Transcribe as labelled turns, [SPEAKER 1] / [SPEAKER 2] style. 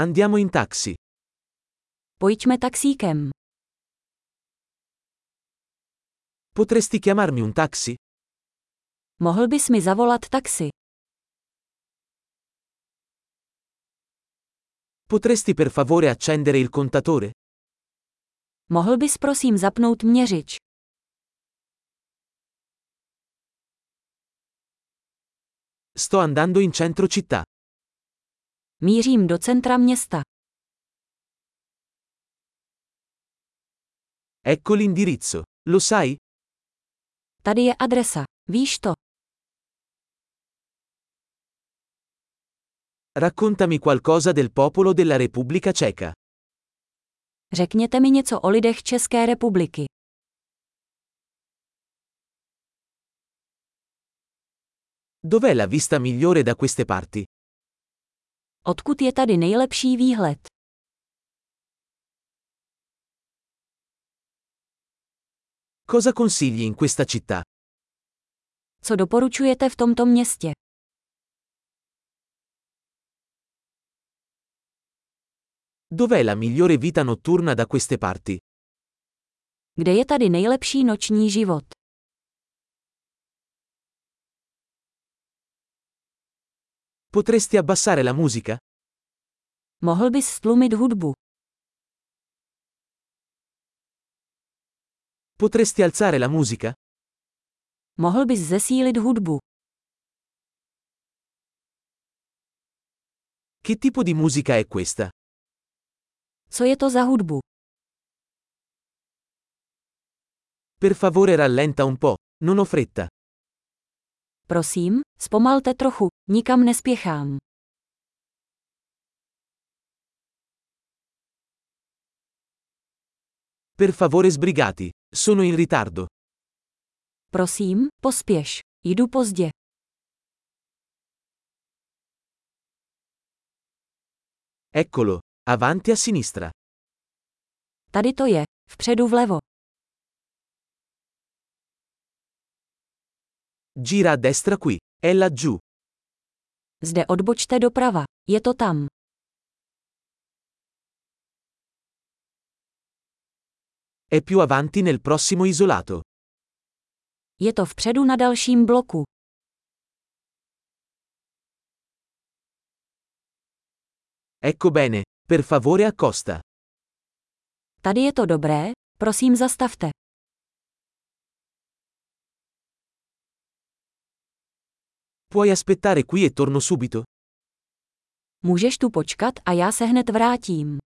[SPEAKER 1] Andiamo in taxi.
[SPEAKER 2] Pojďme taxíkem.
[SPEAKER 1] Potresti chiamarmi un taxi?
[SPEAKER 2] Mohl bys mi zavolat taxi?
[SPEAKER 1] Potresti per favore accendere il contatore?
[SPEAKER 2] Mohl bys prosím zapnout měřič?
[SPEAKER 1] Sto andando in centro città.
[SPEAKER 2] Mířím do centra města.
[SPEAKER 1] Ecco l'indirizzo. Lo sai?
[SPEAKER 2] Tady je adresa. Víš to?
[SPEAKER 1] Raccontami qualcosa del popolo della Repubblica Ceca.
[SPEAKER 2] Řekněte mi něco o lidech České republiky.
[SPEAKER 1] Dov'è la vista migliore da queste parti?
[SPEAKER 2] Odkud je tady nejlepší výhled?
[SPEAKER 1] Cosa consigli in questa città?
[SPEAKER 2] Co doporučujete v tomto městě?
[SPEAKER 1] Dov'è la migliore vita notturna da queste parti?
[SPEAKER 2] Kde je tady nejlepší noční život?
[SPEAKER 1] Potresti abbassare la musica?
[SPEAKER 2] Mohl bys stlumit hudbu?
[SPEAKER 1] Potresti alzare la musica?
[SPEAKER 2] Mohl bys zesílit hudbu?
[SPEAKER 1] Che tipo di musica è questa?
[SPEAKER 2] Co je to za hudbu?
[SPEAKER 1] Per favore rallenta un po', non ho fretta.
[SPEAKER 2] Prosím, zpomalte trochu, nikam nespěchám.
[SPEAKER 1] Per favore sbrigati, sono in ritardo.
[SPEAKER 2] Prosím, pospěš. Jdu pozdě.
[SPEAKER 1] Eccolo, avanti a sinistra.
[SPEAKER 2] Tady to je, vpředu vlevo.
[SPEAKER 1] Gira a destra qui, è laggiù.
[SPEAKER 2] Zde odbočte doprava, je to tam.
[SPEAKER 1] È più avanti nel prossimo isolato.
[SPEAKER 2] Je to vpředu na dalším bloku.
[SPEAKER 1] Ecco bene, per favore accosta.
[SPEAKER 2] Tady je to dobré, prosím zastavte.
[SPEAKER 1] Puoi aspettare qui e torno subito?
[SPEAKER 2] Můžeš tu počkat a já se hned vrátím.